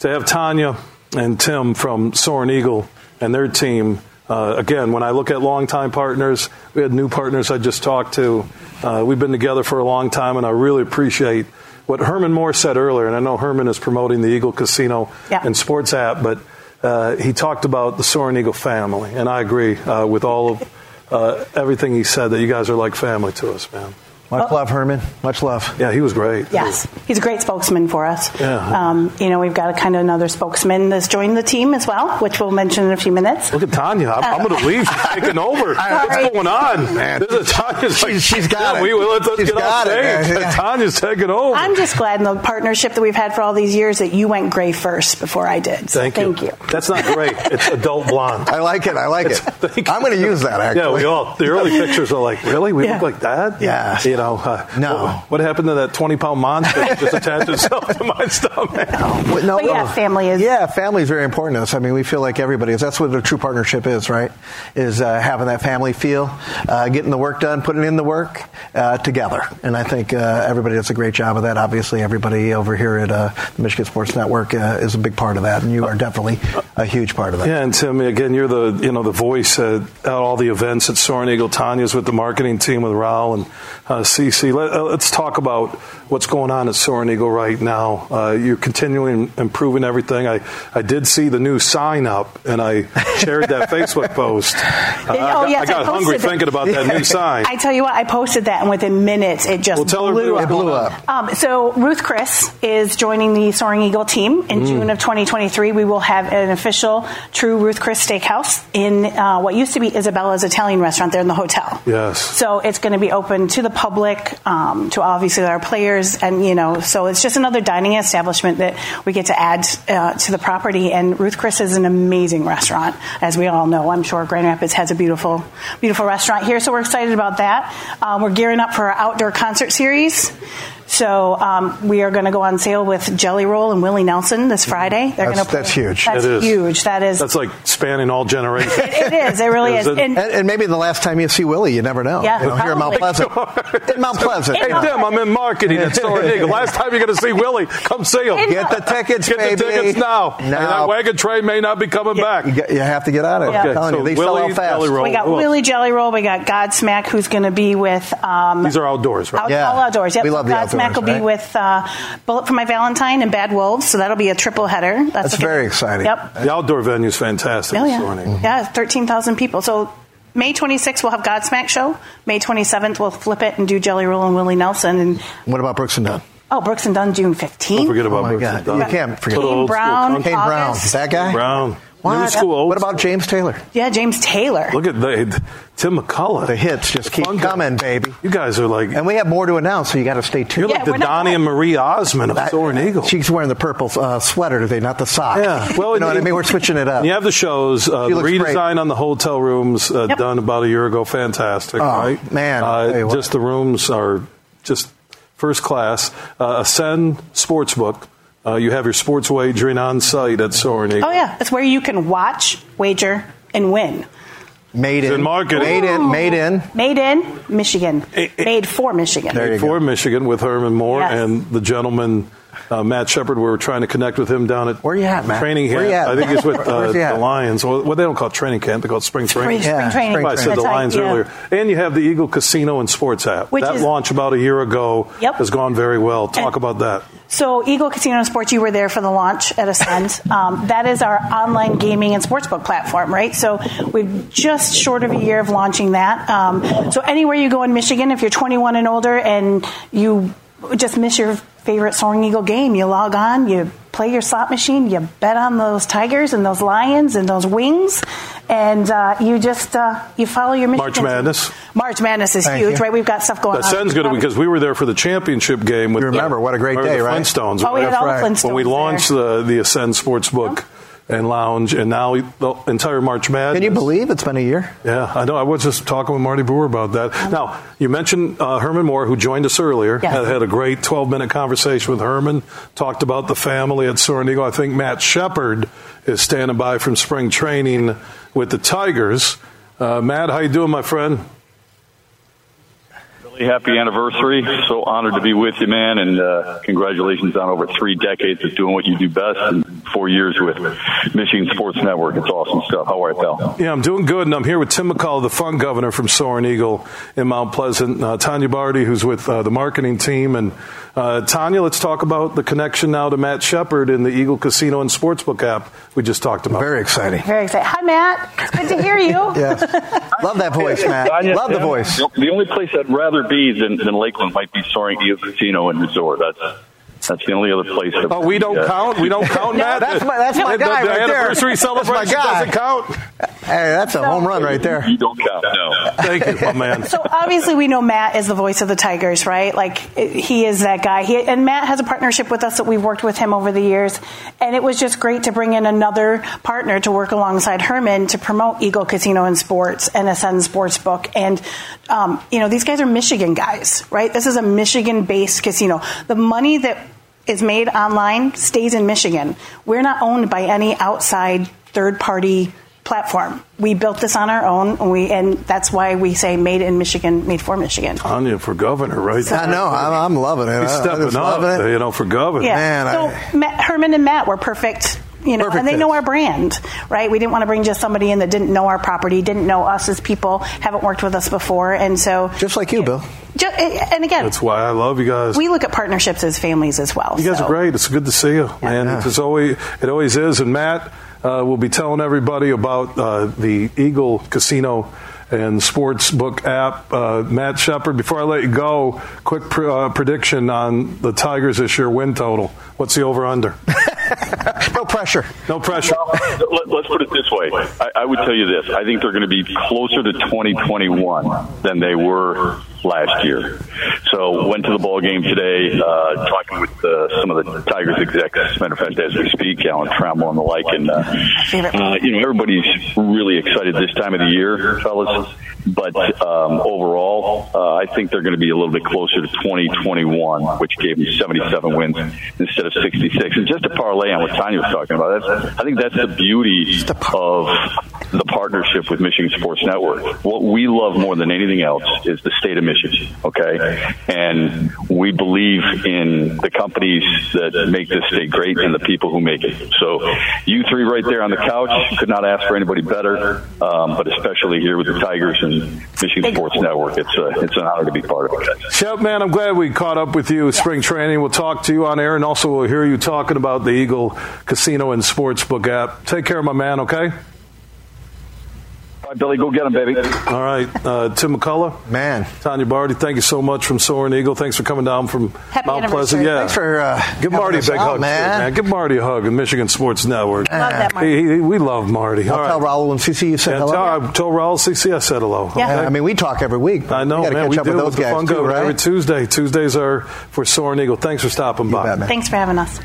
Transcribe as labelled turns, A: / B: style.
A: to have Tanya and Tim from Soren Eagle and their team. Uh, again, when I look at longtime partners, we had new partners I just talked to. Uh, we've been together for a long time, and I really appreciate what Herman Moore said earlier. And I know Herman is promoting the Eagle Casino
B: Yeah.
A: and Sports app, but uh, he talked about the Soren Eagle family, and I agree uh, with all of uh, everything he said. That you guys are like family to us, man.
C: Much love, Herman. Much love.
A: Yeah, he was great.
B: Yes, he's a great spokesman for us.
A: Yeah.
B: Um, you know, we've got a kind of another spokesman that's joined the team as well, which we'll mention in a few minutes.
A: Look at Tanya. I'm, I'm going to leave. She's taking over.
B: Sorry.
A: What's going on?
C: Man.
A: This is Tanya's like,
C: She's- she's got
A: yeah,
C: it.
A: We, well, let's, let's
C: She's
A: get off
C: got it,
A: stage.
C: man.
A: Tanya's taking over.
B: I'm just glad in the partnership that we've had for all these years that you went gray first before I did. So
A: Thank you.
B: Thank you.
A: That's not great. It's adult blonde.
C: I like it. I like it.
A: Thank you.
C: I'm going to use that, actually.
A: Yeah, we all. The early pictures are like, really? We
B: Yeah.
A: look like that?
C: Yeah.
A: You know, uh,
C: No.
A: What, what happened to that 20 pound monster that just attached itself to my stomach?
C: Well, no,
B: But yeah,
C: well,
B: family is-
C: Yeah, family is very important to us. I mean, we feel like everybody is. That's what a true partnership is, right? Is uh, having that family feel, uh, getting the work done, putting in the work uh, together. And I think uh, everybody does a great job of that. Obviously, everybody over here at uh, the Michigan Sports Network uh, is a big part of that, and you are definitely a huge part of that.
A: Yeah, and Tim, again, you're the you know the voice at, at all the events at Soren Eagle. Tanya's with the marketing team with Raul and uh, CC. Let, uh, let's talk about what's going on at Soren Eagle right now. Uh, you're continuing improving everything. I, I did see the new sign up, and I shared that Facebook post. Uh, I got,
B: oh, yes,
A: I got
B: I
A: hungry
B: posted it.
A: thinking about that new sign.
B: I tell you what, I posted that, and within minutes, it just
A: Well, tell everybody
B: blew
A: what's
B: up.
C: going It blew on.
B: Um, so Ruth Chris is joining the Soaring Eagle team
A: Mm.
B: in June of 2023. We will have an official True Ruth Chris Steakhouse in uh, what used to be Isabella's Italian restaurant there in the hotel.
A: Yes.
B: So it's going to be open to the public, um, to obviously our players, and you know, so it's just another dining establishment that we get to add uh, to the property. And Ruth Chris is an amazing restaurant, as we all know. I'm sure Grand Rapids has a beautiful, beautiful restaurant here, so we're excited about that. Um, we're gearing up for our outdoor concert series. So um, we are going to go on sale with Jelly Roll and Willie Nelson this Friday. They're
C: Mm-hmm. That's-
B: gonna play-
C: that's huge.
B: That's
A: It is.
B: huge. That is.
A: That's like spanning all generations.
B: it is. It really
A: Is
B: is.
A: it-
B: And-
C: And, and maybe the last time you see Willie, you never know.
B: Yeah,
C: you know, here in Mount
B: probably.
C: Pleasant. in Mount Pleasant.
B: In
C: you
A: Hey,
C: know.
B: Mount-
A: Tim, I'm in marketing at Soren Eagle. Last time you're going to see Willie, come see him.
B: In-
C: Get the tickets,
A: Get
C: baby.
A: the tickets now. And that wagon train may not be coming back.
C: You, got- you have to get on it.
B: Yeah.
C: I'm telling
A: so
C: you, they
A: Willie,
C: sell out fast.
A: Jelly Roll.
B: We got
A: Who else?
B: Willie Jelly Roll. We got Godsmack, who's going to be with um,
A: These are outdoors, right?
B: out,
C: Yeah.
B: all outdoors. Yep.
C: We love the
B: Godsmack
C: outdoors,
B: will be
C: right?
B: with uh, Bullet for My Valentine and Bad Wolves, so that'll be a triple header.
C: That's
B: looking-
C: very exciting.
B: Yep.
A: The outdoor venue's fantastic.
B: Oh,
A: this
B: yeah.
A: morning.
B: Yeah, 13,000 people. So May 26th, we'll have Godsmack show. May 27th, we'll flip it and do Jelly Roll and Willie Nelson. And,
C: What about Brooks and Dunn?
B: oh, Brooks and Dunn, June 15th.
A: Don't forget about
C: Oh, my
A: Brooks
C: God.
A: and Dunn.
C: You can't forget
A: Little
B: Kane
A: old school
B: Brown.
A: country.
C: Kane Brown,
B: August.
C: that guy.
A: Brown. New
C: What?
A: school, old
C: What about James Taylor?
B: Yeah, James Taylor.
A: Look at the, Tim McCullough.
C: The hits just keep
A: Fungi.
C: coming, baby.
A: You guys are like
C: And we have more to announce, so you got to stay
A: you're
C: tuned.
B: Yeah,
A: like the
B: we're not-
A: Donnie and Marie Osmond of
C: I-
A: Soaring Eagle.
C: She's wearing the purple uh, sweater today, not the sock.
A: Yeah. Well,
C: you
A: and-
C: know what I mean. We're switching it up.
A: You have the shows, uh,
C: She
A: the
C: looks
A: redesign
C: great.
A: on the hotel rooms uh,
B: Yep.
A: done about a year ago. Fantastic,
C: Oh,
A: right?
C: man, I'll tell you
A: uh,
C: what.
A: just the rooms are just first class. Uh, Ascend Sportsbook. Uh, you have your sports wagering on site at Soaring Eagle.
B: Oh, yeah. It's where you can watch, wager, and win.
C: Made
A: It's
C: in,
A: in marketing.
C: Made in. Made in.
B: Made in Michigan.
A: Eh, eh.
B: Made for Michigan.
C: There you go.
A: for Michigan with Herman Moore
B: Yes.
A: and the gentleman uh, Matt Shepard. We were trying to connect with him down at
C: Where you at, Matt?
A: training
C: Where
A: camp.
C: you at?
A: I think he's with uh,
C: Where's he at?
A: the Lions. Well, well, they don't call it training camp; they call it spring training.
B: Spring
C: Yeah,
B: training.
C: spring
A: I said the
B: That's right,
A: Lions
B: yeah.
A: earlier. And you have the Eagle Casino and Sports app.
B: Which
A: that
B: is-
A: launch about a year ago
B: Yep.
A: has gone very well. Talk
B: And-
A: about that.
B: So, Eagle Casino and Sports, you were there for the launch at Ascend. Um, that is our online gaming and sportsbook platform, right? So, we're just short of a year of launching that. Um, so, anywhere you go in Michigan, if you're 21 and older and you just miss your favorite Soaring Eagle game, you log on, you play your slot machine, you bet on those tigers and those lions and those wings, and uh, you just uh, you follow your Michigan
A: March Madness.
B: March Madness is
C: Thank
B: huge,
C: you.
B: right? We've got stuff going
A: That
B: on.
A: sounds good because we were there for the championship game. With
C: You remember,
A: the,
C: what a great
A: or the
C: day, right?
A: Flintstones.
B: Oh, we had all the
C: Right.
B: Flintstones
A: when we launched
B: there.
A: the the Ascend Sportsbook and Lounge, and now the entire March Madness.
C: Can you believe it's been a year?
A: Yeah, I know. I was just talking with Marty Brewer about that. Now, you mentioned uh, Herman Moore, who joined us earlier.
B: Yes.
A: Had, had a great 12 minute conversation with Herman, talked about the family at Soaring Eagle. I think Matt Shepard is standing by from spring training with the Tigers. Uh, Matt, how you doing, my friend?
D: Hey, happy anniversary. So honored to be with you, man, and uh, congratulations on over three decades of doing what you do best and four years with Michigan Sports Network. It's awesome stuff. How are you, pal?
A: Yeah, I'm doing good, and I'm here with Tim McCall, the fund governor from Soaring Eagle in Mount Pleasant. Uh, Tanya Barty, who's with uh, the marketing team, and uh, Tanya, let's talk about the connection now to Matt Shepard and the Eagle Casino and Sportsbook app we just talked about.
C: Very exciting.
B: Very excited. Hi, Matt. It's good to hear you.
C: Yes. Love that voice, Matt.
D: Tanya,
C: Love the
D: Tim,
C: voice.
D: The only place I'd rather be than, than Lakeland might be Soaring Eagle Casino and Resort. That's that's the only other place. That uh,
A: Oh, we don't
D: Yeah.
A: count. We don't count, Matt.
C: that's my- that's my
A: The-
C: guy
A: the
C: right there.
A: anniversary
C: That's my
A: celebration
C: guy.
A: doesn't count.
C: Hey, that's a home run right there.
D: You don't count. No.
A: Thank you, my man.
B: So obviously, we know Matt is the voice of the Tigers, right? Like it- he is that guy. He, and Matt has a partnership with us that we've worked with him over the years, and it was just great to bring in another partner to work alongside Herman to promote Eagle Casino and Sports and Ascend Sportsbook. And um, you know, these guys are Michigan guys, right? This is a Michigan-based casino. The money that is made online stays in Michigan. We're not owned by any outside third-party platform. We built this on our own, and, we, and that's why we say made in Michigan, made for Michigan.
A: Tanya for governor, right?
C: I know. I'm, I'm loving it.
A: He's
C: I- I'm
A: stepping
C: just
A: up,
C: loving it.
A: you know, for governor.
B: Yeah.
C: Man, I-
B: so Matt, Herman and Matt were perfect. You know,
C: Perfect
B: and they
C: fit.
B: know our brand, right? We didn't want to bring just somebody in that didn't know our property, didn't know us as people, haven't worked with us before, and so.
C: Just like you, Bill.
B: Ju- and again,
A: That's why I love you guys.
B: we look at partnerships as families as well.
A: You guys
B: so.
A: are great. It's good to see you, man.
C: Yeah.
A: It's always it always is. And Matt uh, will be telling everybody about uh, the Eagle Casino and Sportsbook app. Uh, Matt Shepard, before I let you go, quick pr- uh, prediction on the Tigers this year win total. What's the over under?
C: No pressure.
A: No pressure.
D: Let, let's put it this way. I, I would tell you this. I think they're going to be closer to 2021 than they were last year. So went to the ball game today, uh, talking with uh, some of the Tigers execs, as a matter of fact, as we speak, Alan Trammell and the like. And
B: Favorite.
D: uh, uh, you know, everybody's really excited this time of the year, fellas. But um, overall, uh, I think they're going to be a little bit closer to 2021, which gave them 77 wins instead of 66. And just to parlay on what Tanya was talking about, that's, I think that's the beauty of the partnership with Michigan Sports Network. What we love more than anything else is the state of Michigan, okay? And we believe in the companies that make this state great and the people who make it. So you three right there on the couch could not ask for anybody better, um, but especially here with the Tigers and Michigan Sports Network. It's, a, it's an honor to be part of it. guys.
A: Shep, man, I'm glad we caught up with you. Spring training. We'll talk to you on air, and also we'll hear you talking about the Eagle Casino and Sportsbook app. Take care, my man. Okay.
D: All right, Billy, go get them, baby.
A: All right, uh, Tim McCullough.
C: Man.
A: Tanya Barty, thank you so much from Soaring Eagle. Thanks for coming down from
B: Happy
A: Mount
B: anniversary.
A: Pleasant. Yeah.
C: Thanks for, uh,
A: Give
C: helping
A: Marty a
C: us
A: big
C: out,
A: hug, too,
C: man.
A: Give Marty a hug in Michigan Sports Network.
B: Love that, Marty.
A: He- he- we love Marty. All
C: I'll tell
A: right.
C: Raul and CC you said
A: Yeah,
C: hello. Uh,
A: tell, I told Raul CC I said hello.
B: Yeah.
C: I mean, we talk every week. but
A: I know,
C: we gotta
A: man.
C: Catch
A: we
C: up
A: do
C: with
A: with
C: those
A: the
C: guys
A: Fun
C: too,
A: Governor
C: right?
A: every Tuesday. Tuesdays are for Soaring Eagle. Thanks for stopping by.
C: bet, man.
B: Thanks for having us.